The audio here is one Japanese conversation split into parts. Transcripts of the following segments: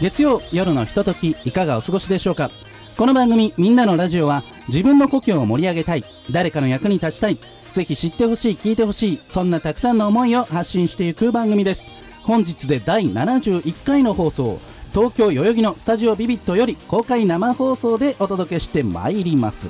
月曜夜のひとときいかがお過ごしでしょうかこの番組「みんなのラジオは」自分の故郷を盛り上げたい誰かの役に立ちたいぜひ知ってほしい聞いてほしいそんなたくさんの思いを発信していく番組です本日で第71回の放送東京代々木のスタジオビビットより公開生放送でお届けしてまいります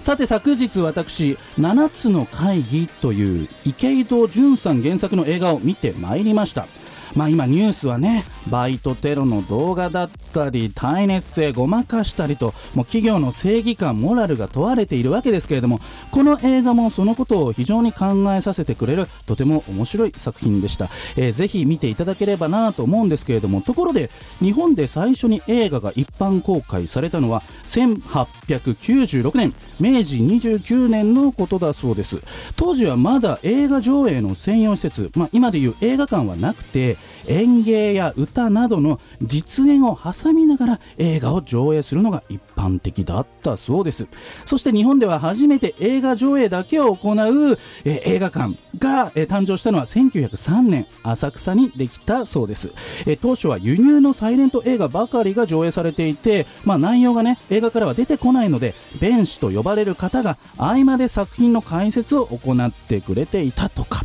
さて昨日私「7つの会議」という池井戸潤さん原作の映画を見てまいりましたまあ今ニュースはねバイトテロの動画だったり耐熱性ごまかしたりともう企業の正義感モラルが問われているわけですけれどもこの映画もそのことを非常に考えさせてくれるとても面白い作品でした、えーぜひ見ていただければなと思うんですけれどもところで日本で最初に映画が一般公開されたのは1896年明治29年のことだそうです当時はまだ映画上映の専用施設、まあ、今でいう映画館はなくて演芸や歌などの実演を挟みながら映画を上映するのが一般的だったそうですそして日本では初めて映画上映だけを行う、えー映画館が、えー誕生したのは1903年浅草にできたそうです、えー当初は輸入のサイレント映画ばかりが上映されていて、まあ、内容がね映画からは出てこないので弁士と呼ばれる方が合間で作品の解説を行ってくれていたとか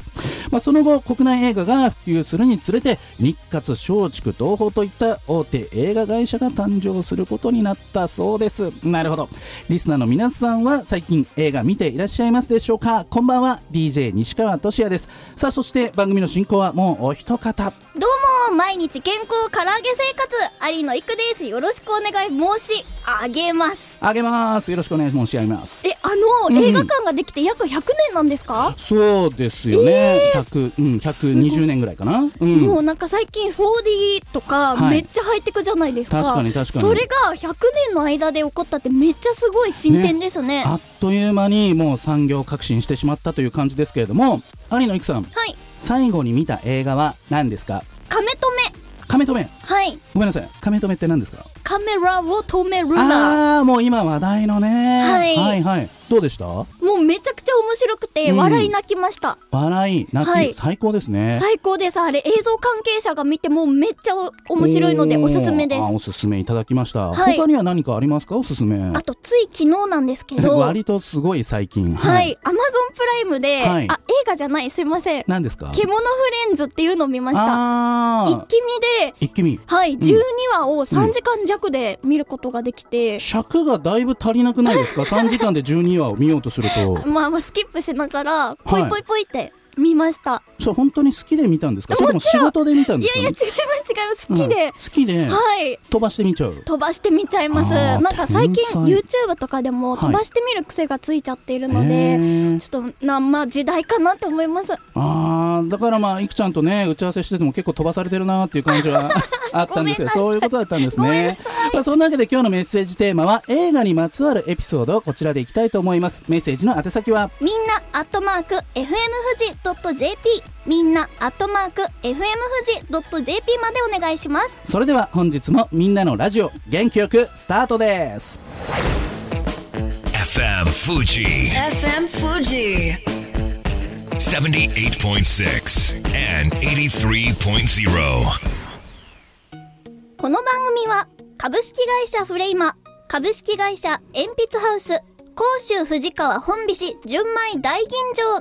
まあ、その後国内映画が普及するにつれて日活松竹東宝といった大手映画会社が誕生することになったそうですなるほどリスナーの皆さんは最近映画見ていらっしゃいますでしょうかこんばんは DJ 西川俊也ですさあそして番組の進行はもうお一方どうも毎日健康唐揚げ生活ありのいくですよろしくお願い申し上げますあげますよろしくお願い申し上げますえあの、映画館ができて約100年なんですか、そうですよね、100うん、120年ぐらいかな、うん、もうなんか最近 4D とかはいめっちゃハイテクじゃないですか、確かに確かにそれが100年の間で起こったってめっちゃすごい進展ですねあっという間にもう産業革新してしまったという感じですけれども有野いくさんはい最後に見た映画は何ですか亀止め亀止めはいごめんなさい亀止めって何ですかカメラを止めるなああーもう今話題のね、はいはいはいどうでしたもうめちゃくちゃ面白くてうん笑い泣きました、笑い泣き、はい最高ですね最高ですあれ映像関係者が見てもめっちゃ面白いのでおすすめですおーあおすすめいただきました、はい他には何かありますかおすすめあとつい昨日なんですけど、はい、 割とすごい最近 Amazon プライムで、はいあ、映画じゃない、すいません。何ですか獣フレンズっていうのを見ました。あ一あ気見で、一気見はい、ん12話を3時間弱で見ることができて、尺がだいぶ足りなくない ですか3時間で12話を見ようとするとまあまあスキップしながら、ポイポイポイって見ました。それ本当に好きで見たんですかそれとも仕事で見たんい、ですかやいや、違います、違います。好きで、うん好きではい。飛ばしてみちゃう飛ばして見ちゃいますあなーんか最近天才 YouTube とかでも飛ばしてみる癖がついちゃっているので、へーちょっとなまあ時代かなって思いますあーだからまあいくちゃんとね打ち合わせしてても結構飛ばされてるなっていう感じ はあったんですけどそういうことだったんですねまあそんなわけで今日のメッセージテーマは映画にまつわるエピソードをこちらでいきたいと思いますメッセージの宛先はみんなアットマーク FM 富士 .jp みんなアットマーク FM 富士 .jp までお願いしますそれでは本日もみんなのラジオ元気よくスタートです FM Fuji FM Fuji. 78.6 and 83.0. この番組は株式会社フレイマ株式会社鉛筆ハウス甲州藤川本菱純米大吟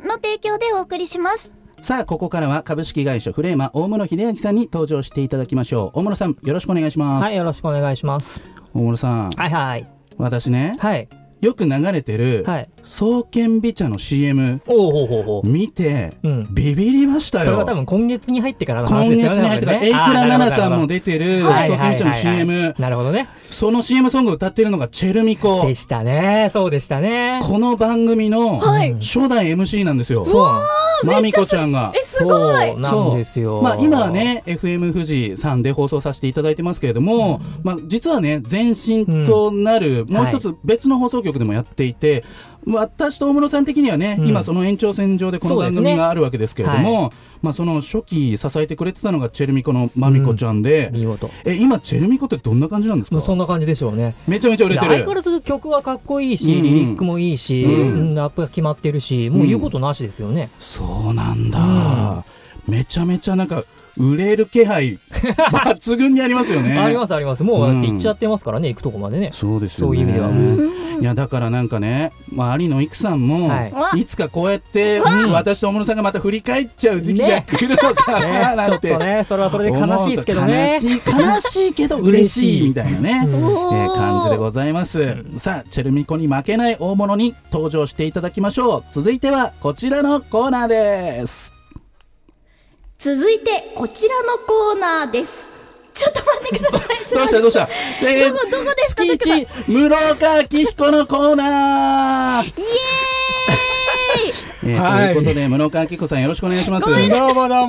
醸の提供でお送りしますさあここからは株式会社フレーマ大室秀明さんに登場していただきましょう大室さんよろしくお願いします、はい、よろしくお願いします。大室さんはいはい。私ねはい。よく流れてるはい。創建美茶の CM おうほうほうほう。見て、うんビビりましたそれよは多分今月に入ってからの今話月でにすよね。入ってから、エイクラナナさんも出てる、て創建美茶の CM、なるほどね。その CM ソングを歌ってるのがチェルミコで。したね。そうでしたね。この番組のはい初代 MC なんですよ。そうなんまみこちゃんが。え、すごいそうなんですよ。まあ今はね FM 富士さんで放送させていただいてますけれども、まあ実はね前身となるんもう一つ別の放送局でもやっていて、私と大室さん的にはね、うん今その延長線上でこのそうで番すね組があるわけですけれども、まあその初期支えてくれてたのがチェルミコのまみこちゃんで、見事。え今チェルミコってどんな感じなんですか？そんな感じでしょうね。めちゃめちゃ売れて相変わる。らず曲はかっこいいし、うんうんリリックもいいし、うんうんラップが決まってるし、もう言うことなしですよね。そうなんだ、めちゃめちゃなんか売れる気 配抜群にありますよね。ありますあります。もうだってうん行っちゃってますからね、行くとこまでね。そうですよねそういう意味ではうんいやだからなんかね、まあ、有野いくさんも、はいい、つかこうやって、私と大室さんがまた振り返っちゃう時期がね来るのかねな、ちょなん、ってとね、それはそれで悲しいですけどね。思うと悲しい悲しいけど嬉しいみたいなね、うんえー感じでございます、さあチェルミコに負けない大物に登場していただきましょう続いてはこちらのコーナーです続いて、こちらのコーナーです。ちょっと待ってください。どうしたどうしたえーどこどこですか月一室岡明彦のコーナーイ エーイ、えーはいということで室岡明彦さんよろしくお願いします どうもどう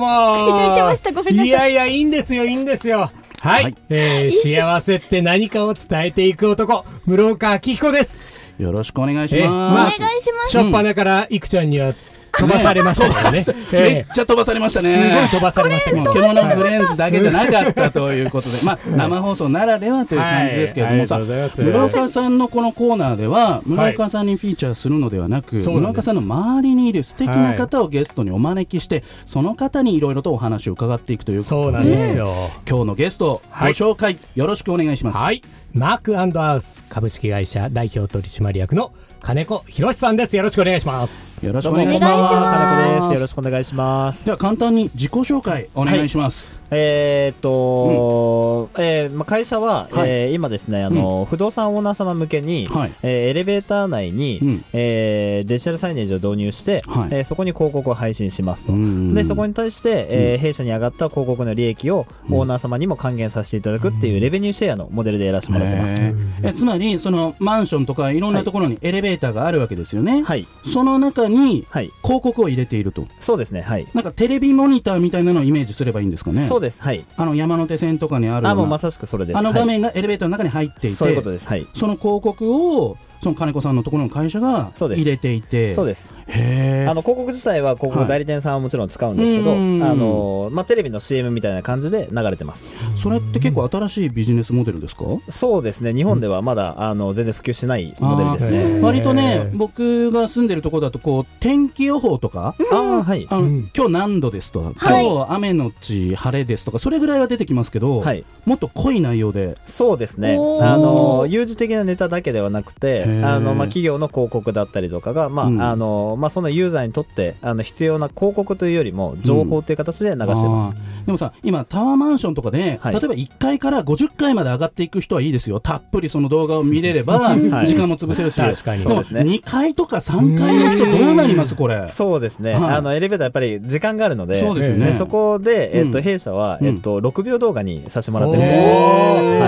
も抜いてましたごめんなさいいやいやいいんですよいいんですよはい、はいえー幸せって何かを伝えていく男室岡明彦ですよろしくお願いしえおま願いすします。初っ端からいくちゃんには飛ばされましたからねめっえちゃ飛ばされましたーすごいね飛ばされましたけど獣のフレンズだけじゃなかったということで、まあ、生放送ならではという感じですけれどもさ、はいありがとうござい村ます岡さんのこのコーナーでは村岡さんにフィーチャーするのではなく、そ村うなんで岡すさんの周りにいる素敵な方をゲストにお招きして、その方にいろいろとお話を伺っていくということそうなんですよ今日のゲストご紹介よろしくお願いします。はいマークハウス株式会社代表取締役の金子博さんですよろしくお願いしますよろしどくうおも願いしこんばんまはす。金子です。よろしくお願いします。では簡単に自己紹介お願いします。えーっと、えーまあ、会社は、はいえー今ですね、あの、不動産オーナー様向けに、はいえーエレベーター内に、うんえーデジタルサイネージを導入して、はいえーそこに広告を配信しますと。うんで、そこに対して、えー弊社に上がった広告の利益をオーナー様にも還元させていただくっていうレベニューシェアのモデルでやらせてもらってます。えーえつまりそのマンションとかいろんなところにエレベーターがあるわけですよね、はい。その中にはい。広告を入れているとそうですね。はい。なんかテレビモニターみたいなのをイメージすればいいんですかねそうです。はい。あの山手線とかにあるようなあ、もうまさしくそれです。あの画は面がエレベーターの中に入っていい、てそういうことです。はい。その広告をその金子さんのところの会社がそうです入れていてそうです。へあーの広告自体は広告代理店さんはもちろん使うんですけど、はいうんあのまあ、テレビの CM みたいな感じで流れてますそれって結構新しいビジネスモデルですかそうですね日本ではまだ、あの全然普及してないモデルですあねー割とね僕が住んでるところだとこう天気予報とかああはいあの、うん今日何度ですとか、はい今日雨のち晴れですとかそれぐらいは出てきますけど、はいもっと濃い内容でそうですねおーあの有事的なネタだけではなくてーあの、まあ、企業の広告だったりとかが、まあうんあのまあ、そのユーザーにとってあの必要な広告というよりも情報という形で流してまあす、ーでもさ今タワーマンションとかで、はい例えば1階から50階まで上がっていく人はいい ですよたっぷりその動画を見れればい時間も潰せるし、確かにでもそうですね2階とか3階の人どうなりますこれそうですね、はいあのエレベーターやっぱり時間があるのでそうですよねでそこで、えっうとん弊社は、えっと6秒動画にさせてもらってるんでおすはい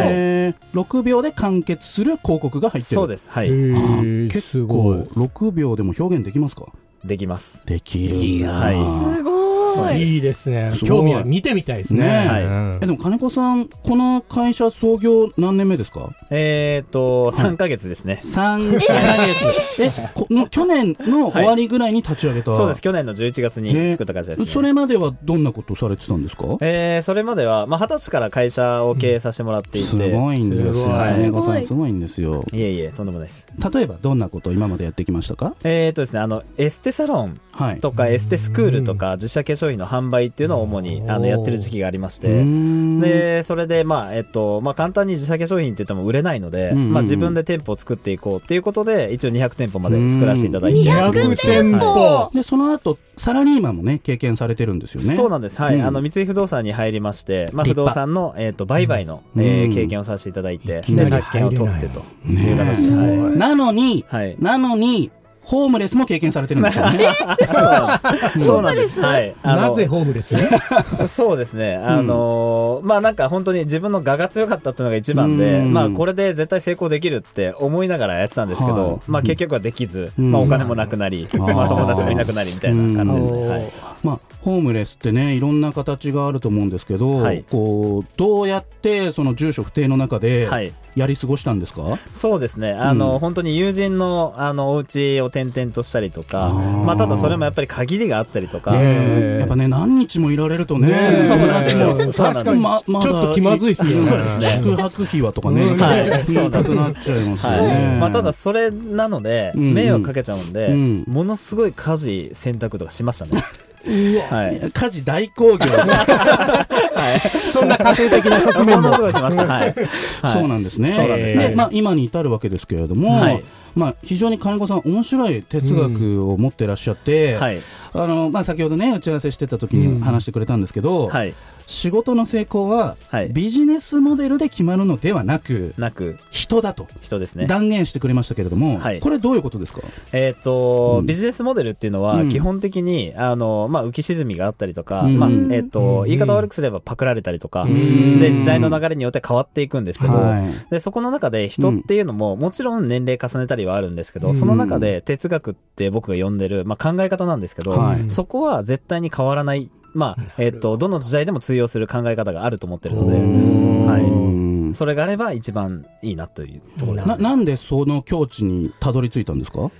えー6秒で完結する広告が入ってるそうですはい、ー結す構ごい6秒でも表現できますかできますできるんだはいすごい。いいですねすごい興味は見てみたいですねねえはいうんえでも金子さんこの会社創業何年目ですかえー、と3ヶ月ですね、 3ヶ月えこの去年の終わりぐらいに立ち上げた、 そうです去年の11月ねに作った会社です、ねそれまではどんなことされてたんですかえー、それまでは、まあ、20歳から会社を経営させてもらっていて、すごいんですすよごい金子さんすごいんですよいえいえとんでもないです例えばどんなことを今までやってきましたかえー、とですねあのエステサロンはいとかエステスクールとか自社化粧品の販売っていうのを主にあのやってる時期がありましうーてんでそれで、まあえっとまあ、簡単に自社化粧品って言っても売れないので、うんうんうんまあ、自分で店舗を作っていこうっていうことで一応200店舗まで作らせていただいて200店舗舗でその後サラリーマンもね経験されてるんですよねそうなんです、はいうんあの三井不動産に入りまして、まあ、立不派動産の、えー、と売買の、うんえーうん経験をさせていただいてきなでり宅建を入れ取ないってとねえいう形で、は いなのにはいなのにホームレスも経験されてるんですよね。 そうなんです。はい。あのなぜホームレスにそうですね。あのーまあなんか本当に自分の我が強かったっていうのが一番で、うんまあこれで絶対成功できるって思いながらやってたんですけど、はいまあ結局はできず、うんまあお金もなくなり、まあ友達もいなくなりみたいな感じですうね。んはいまあ、ホームレスってねいろんな形があると思うんですけど、はいこうどうやってその住所不定の中ではいやり過ごしたんですか、そうですね。あの、うん本当に友人の、あの、お家を転々としたりとか、あーまあ、ただそれもやっぱり限りがあったりとか、やっぱね何日もいられるとねねえそうなんですよもうそうなんですままだちょっと気まずいっすよねそうそうです宿泊費はとかね、うんはい言いたくなっちゃいますよはいね、まあ、ただそれなので、うん迷惑かけちゃうんで、うんものすごい家事洗濯とかし ましたね。はい、家事大興行、そんな家庭的な側面ものもすごいしました。はい。はいそうなんですねそうなんですねまあ、今に至るわけですけれども、はいまあ、非常に金子さん面白い哲学を持ってらっしゃって、はい。あのまあ、先ほどね打ち合わせしてた時に話してくれたんですけど、はい。仕事の成功ははいビジネスモデルで決まるのではなくなく、人だと人ですね。断言してくれましたけれども、はいこれどういうことですか、えっ、と、うんビジネスモデルっていうのうは、ん基本的に、あの、まあ、浮き沈みがあったりとか、うんまあ、えっ、うとん、言い方悪くすればパクられたりとか、んで、時代の流れによって変わっていくんですけど、はいで、そこの中で人っていうのも、もちろん年齢重ねたりはあるんですけど、その中で哲学って僕が呼んでる、まあ、考え方なんですけど、はいそこは絶対に変わらない、まあ、えっ、と、どの時代でも通用する考え方があると思ってるので、うはんそれがあれば一番いいなというところですねななんでその境地にたどり着いたんですか、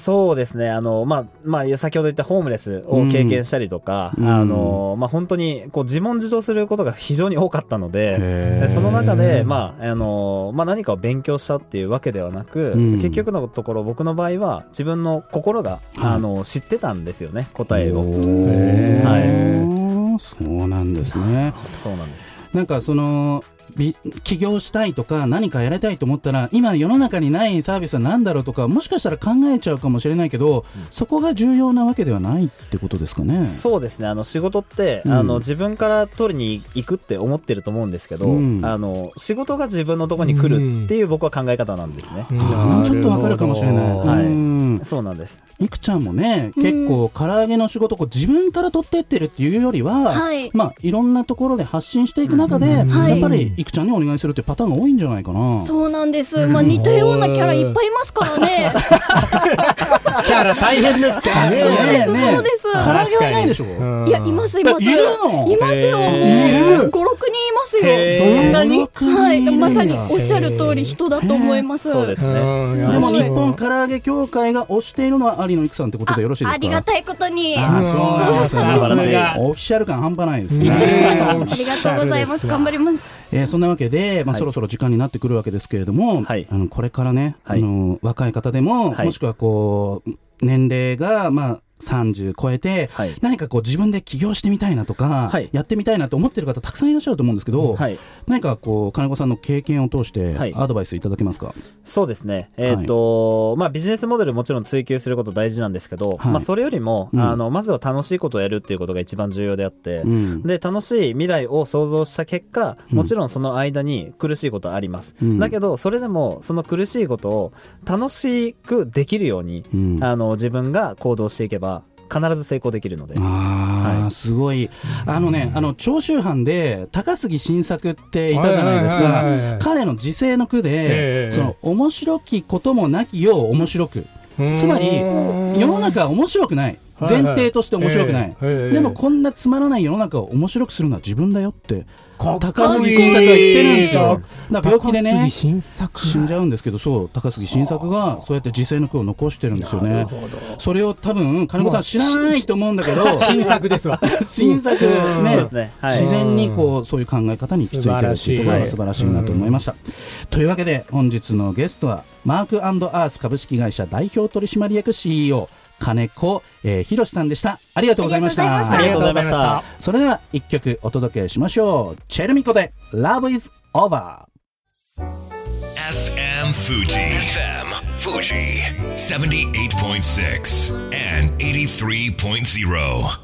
そうですね。あの、まあ、まあ、先ほど言ったホームレスを経験したりとか、うんあの、まあ、本当に、こう、自問自答することが非常に多かったので、へーその中で、まあ、あの、まあ、何かを勉強したっていうわけではなく、うん結局のところ、僕の場合は、自分の心が、はいあの、知ってたんですよね、答えを。へはい。ーそうなんですねそうなんです。なんかそのび起業したいとか何かやりたいと思ったら今世の中にないサービスは何だろうとかもしかしたら考えちゃうかもしれないけど、そこが重要なわけではないってことですかね。そうですね。あの、仕事って、うんあの、自分から取りに行くって思ってると思うんですけど、うんあの、仕事が自分のところに来るっていう僕は考え方なんですね。あーちょっとわかるかもしれない。はいうんそうなんです。いくちゃんもね、結構唐揚げの仕事こう自分から取ってってるっていうよりは、はいまあいろんなところで発信していく中で、はいやっぱりいくちゃんにお願いするっていうパターンが多いんじゃないかな。そうなんです。まあ似たようなキャラいっぱいいますからね。キャラ大変だったねそうですそうです唐揚げはいないでしょ。いやいますいだます。いるのいますよ。へーいる五六人いますへよ。ーんなにこの国るんだはい、まさにおっしゃる通り人だと思います。 そうですね。ねでもはい日本唐揚げ協会が推しているのは有野育さんってことでよろしいですあかありがいたいことに。あそうなんですね素晴らしいオフィシャル感半端ないですね、あありがとうございます。頑張ります。えーそんなわけで、まあ、はいそろそろ時間になってくるわけですけれども、はいあのこれからね、はいあの若い方でも、はいもしくはこう年齢がまあ30超えて、はい何かこう自分で起業してみたいなとか、はいやってみたいなと思ってる方たくさんいらっしゃると思うんですけど、はい。何かこう金子さんの経験を通してはいアドバイスいただけますか、そうですね。えっ、と、まあビジネスモデルもちろん追求すること大事なんですけど、はいまあそれよりも、うんあの、まずは楽しいことをやるっていうことが一番重要であって、うんで、楽しい未来を想像した結果、もちろんその間に苦しいことはあります。うんだけど、それでも、その苦しいことを楽しくできるように、うんあの、自分が行動していけば、必ず成功できるので。あーはいすごい、あのね、あの長州藩で高杉晋作っていたじゃないですはいはいはいはかい、彼の時勢の句で、ええその面白きこともなきよう面白く、つまり、世の中は面白くない、はいは前い提として面白くない、ええええでもこんなつまらない世の中を面白くするのは自分だよって、かっこいい高杉晋作が言ってるんですよ、だから病気で高杉ね、新作死んじゃうんですけど、そう、高杉晋作がそうやって時勢の句を残してるんですよね。それを多分金子さん知らないと思うんだけど、 新作ですわ 新作そうねですね。はい。自然にこうそういう考え方に行き着いてるっていうところが素晴素晴ららししいいなと思いました。というわけで本日のゲストはマークアース株式会社代表取締役 CEO 金子えー博さんでした。ありがとうございました。ありがとうございましたありがとうございました。それでは一曲お届けしましょう。チェルミコで Love is Over。 FM Fuji. FM Fuji. 78.6 and 83.0.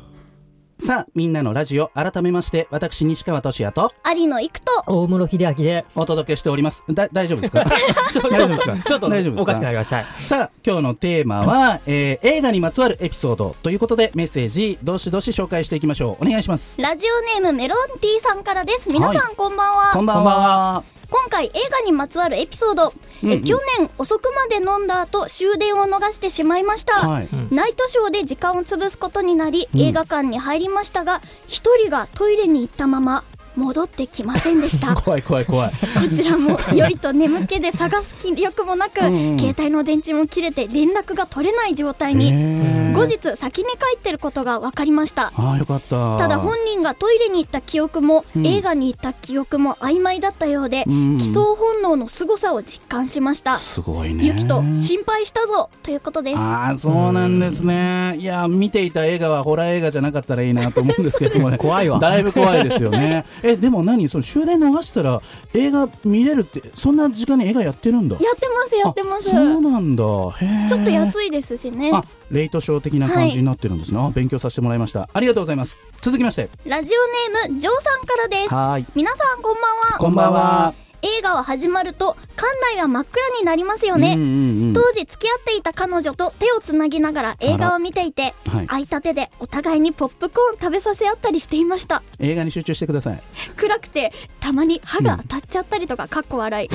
さあ、みんなのラジオ、改めまして、私、西川俊也と有野行くと大室秀明で。お届けしております。だ、大丈夫ですかちょっと大丈夫ですか ちょっと大丈夫ですかおかしくなりました。さあ、今日のテーマは、えー映画にまつわるエピソードということで、メッセージ、どしどし紹介していきましょう。お願いします。ラジオネームメロンティさんからです皆さん、はこんばんはこんばんは。今回映画にまつわるエピソード、うんうえん去年遅くまで飲んだ後終電を逃してしまいました、はい。ナイトショーで時間を潰すことになり、うん映画館に入りましたが一人がトイレに行ったまま戻ってきませんでした こ怖い怖い怖い。ちらも良いと眠気で探す気力もなく、うんうん携帯の電池も切れて連絡が取れない状態に、えー後日先に帰ってることが分かりましたああ、よかった。ただ本人がトイレに行った記憶も、うん映画に行った記憶も曖昧だったようで、うん基礎本能の凄さを実感しましたすごいね。ゆきと心配したぞということですああそうなんですね、いや見ていた映画はホラー映画じゃなかったらいいなと思うんですけどもね 怖いわだいぶ怖いですよ ねえでも何その終電逃したら映画見れるってそんな時間に映画やってるんだやってますやってますあそうなんだへえちょっとい安いですしねあレイトショー的な感じになってるんですね、あ勉強させてもらいましたありがとうございます続きましてラジオネームジョーさんからですはーい皆さんこんばんはこんばんは映画は始まると館内は真っ暗になりますよね、うんうんうん当時付き合っていた彼女と手をつなぎながら映画を見ていて、はい空いた手でお互いにポップコーン食べさせ合ったりしていました映画に集中してくださ い暗くてたまに歯が当たっちゃったりとかかっこ笑い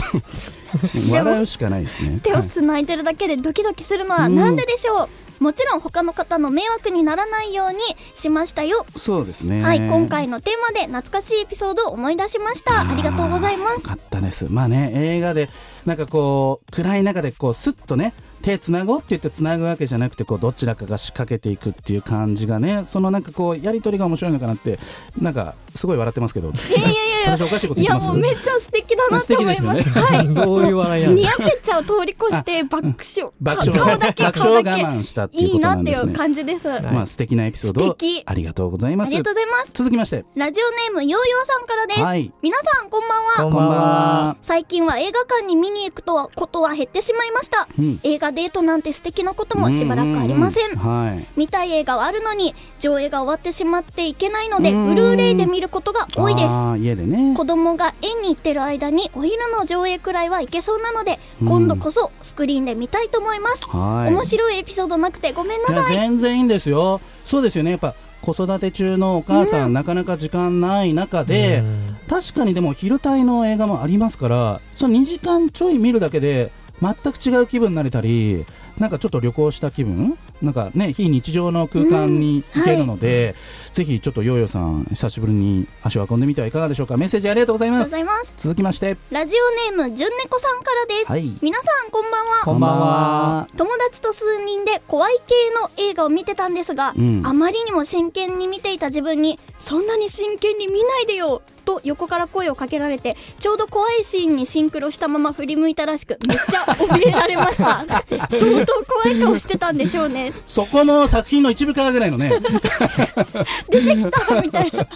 笑うしかないですね手をはいつないでるだけでドキドキするのはなんででしょうもちろん他の方の迷惑にならないようにしましたよそうですねはい今回のテーマで懐かしいエピソードを思い出しましたありがとうございまよすかったです。まあね、映画で、なんかこう、暗い中で、こう、スッとね、手つなごうって言ってつなぐわけじゃなくて、こう、どちらかが仕掛けていくっていう感じがね、そのなんかこう、やりとりが面白いのかなって、なんか、すごい笑ってますけど、いやいやいや私おかしいことい言ってやますもうめっちゃ素敵だなと思いま素す敵ですよはいどういう笑いやにねやけちゃう通り越して爆笑爆顔笑顔だけ爆顔笑をだ我け慢したっていうこいいとななっんてでいすうね。感じです、あまあ素敵なエピソード素を敵ありがとうございます。りがとうございます続きまして、ラジオネームヨーヨーさんからです、はい皆さんこんばんはここんばんは。最近は映画館に見に行くとはことは減ってしまいました、うん映画デートなんて素敵なこともしばらくありません,、うううはい。見たい映画はあるのに上映が終わってしまっていけないのでうんブルーレイで見ることが多いですあー家でね。子供が園に行ってる間にお昼の上映くらいは行けそうなので今度こそスクリーンで見たいと思います、はい。面白いエピソードなくてごめんないやさい全然いいんですよそうですよねやっぱ子育て中のお母さん、なかなか時間ない中で、確かにでも昼帯の映画もありますからその2時間ちょい見るだけで全く違う気分になれたりなんかちょっと旅行した気分なんかね非日常の空間に行けるので、ぜひちょっとヨーヨーさん久しぶりに足を運んでみてはいかがでしょうかメッセージありがとうございありがまとうごすざいます続きましてラジオネームじゅんねこさんからです、はい皆さんこんばんはこんばんは友達と数人で怖い系の映画を見てたんですが、うんあまりにも真剣に見ていた自分にそんなに真剣に見ないでよと横から声をかけられてちょうど怖いシーンにシンクロしたまま振り向いたらしくめっちゃ怯えられました 相当怖い顔してたんでしょうねそこも作品の一部からぐらいのね 出てきたみたいな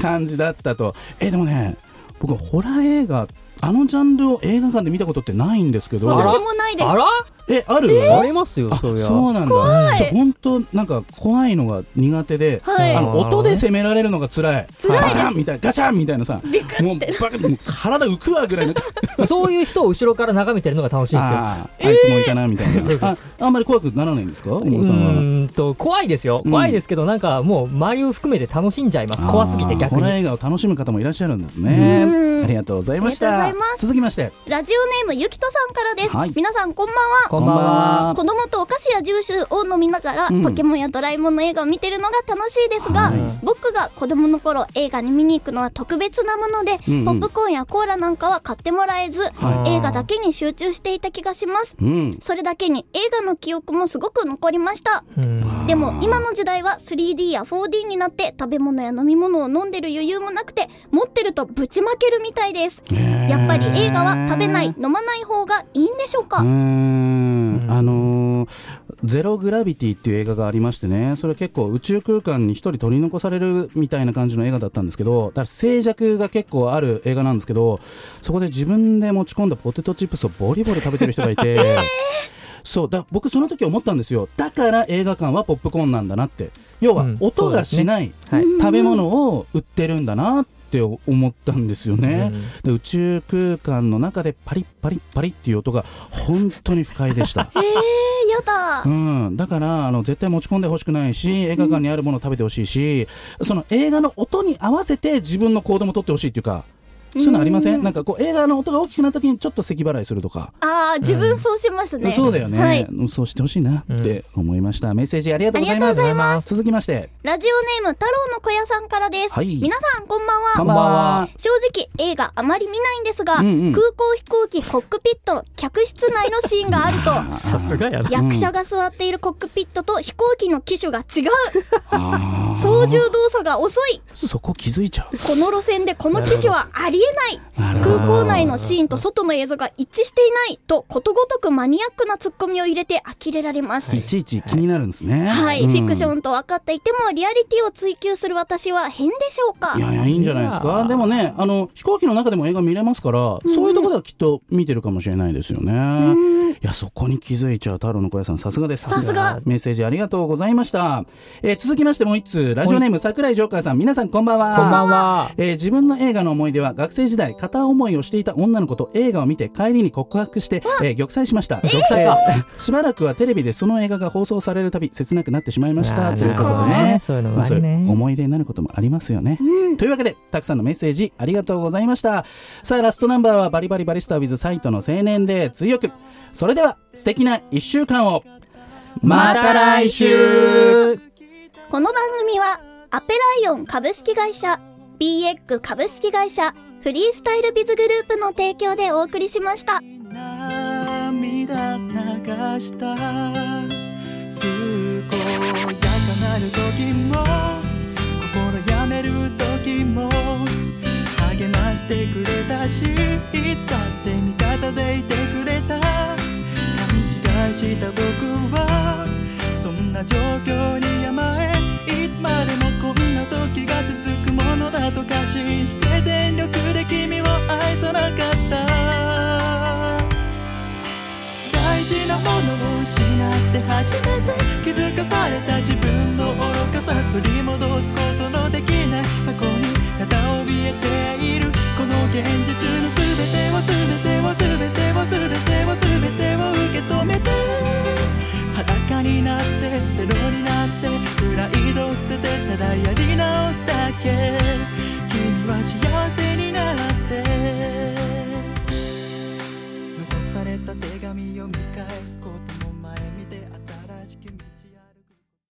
感じだったとえでもね僕はホラー映画あのジャンルを映画館で見たことってないんですけど私もないですあらえある、ありますよ、あそりゃ。そうなんだ怖いちょ本当なんか怖いのが苦手で、はいあの音で攻められるのが辛い辛いですバカンみたいなガチャンみたいなさもうバカンもう体浮くわぐらいの そういう人を後ろから眺めてるのが楽しいんですよ。あーあいつもいたなみたいな、そうそうああんまり怖くならないんですか大う野さんはーんと怖いですよ、うん怖いですけど、なんかもう周りを含めて楽しんじゃいます、怖すぎて逆あーホラーに。映画を楽しむ方もいらっしゃるんですねうんありがとうございましたありがとうございます続きましてラジオネームゆきとさんからです、はい皆さんこんばんはこんばんは。子供とお菓子やジュースを飲みながら、うんポケモンやドラえもんの映画を見てるのが楽しいですが、はい僕が子供の頃映画に見に行くのは特別なもので、うんうんポップコーンやコーラなんかは買ってもらえず、はい映画だけに集中していた気がしますうんそれだけに映画の記憶もすごく残りましたうんでも今の時代は 3D や 4D になって食べ物や飲み物を飲んでる余裕もなくて持ってるとぶちまけるみたいですやっぱり映画は食べない飲まない方がいいんでしょうかうーんうんあのーゼログラビティ」っていう映画がありましてねそれ結構宇宙空間に一人取り残されるみたいな感じの映画だったんですけどだから静寂が結構ある映画なんですけどそこで自分で持ち込んだポテトチップスをボリボリ食べてる人がいて。そうだ僕その時思ったんですよだから映画館はポップコーンなんだなって要はうん音がしない、はい食べ物を売ってるんだなって思ったんですよね、うんで宇宙空間の中でパリッパリッパリッっていう音が本当に不快で したえー、やだう。ん、だからあの絶対持ち込んでほしくないし映画館にあるものを食べてほしいし、その映画の音に合わせて自分の行動も取ってほしいっていうかそういうのありません、なんかこう映画の音が大きくなった時にちょっと咳払いするとか、ああ、自分そうしますね。そうだよね、はい。うんそうしてほしいなって思いました、メッセージありがとうございますありがとうございます続きましてラジオネーム太郎の小屋さんからです。はい皆さんこんばんは。こんばんは正直映画あまり見ないんですが、うんうん空港飛行機コックピット客室内のシーンがあ ると。さすがやな。役者が座っているコックピットと飛行機の機種が違うあー操縦動作が遅いそこ気づいちゃうこの路線でこの機種はありえなないるほど空港内のシーンと外の映像が一致していないとことごとくマニアックなツッコミを入れて呆れられます、いちいち気になるんですねはい、うんフィクションと分かっていてもリアリティを追求する私は変でしょうかいやいやいいんじゃないですかでもねあの飛行機の中でも映画見れますから、そういうところではきっと見てるかもしれないですよね、いやそこに気づいちゃう太郎の小屋さんさすがですさすがメッセージありがとうございました、えー続きましてもう一通ラジオネーム桜井ジョーカーさん皆さんこんばんはこんばんは。えー自分の映画の思い出は学生時代片思いをしていた女の子と映画を見て帰りに告白して、えー玉砕しました玉砕か。しばらくはテレビでその映画が放送されるたび切なくなってしまいましあたーということでなるほどねねそういうのもまああるねそういう思い出になることもありますよね、というわけでたくさんのメッセージありがとうございましたさあラストナンバーはバリバリバリスタ with サイトの青年で追憶それでは素敵な1週間をまた来週この番組はアペライオン株式会社 BX 株式会社フリースタイルビズグループの提供でお送りしました涙流した健やかなる時も心やめる時も励ましてくれたしいつだって味方でいてくれた勘違いした僕はそんな状況に甘えいつまでもこんな時が続くものだと過信して全力で君を愛さなかった大事なものを失って初めて気づかされた自分の愚かさ取り戻すことのできない過去にただ怯えているこの現実の全てを全てを全てを全てを全てを受け止めて裸になってゼロになってプライドを捨ててただやり直すだけ君は幸せになって残された手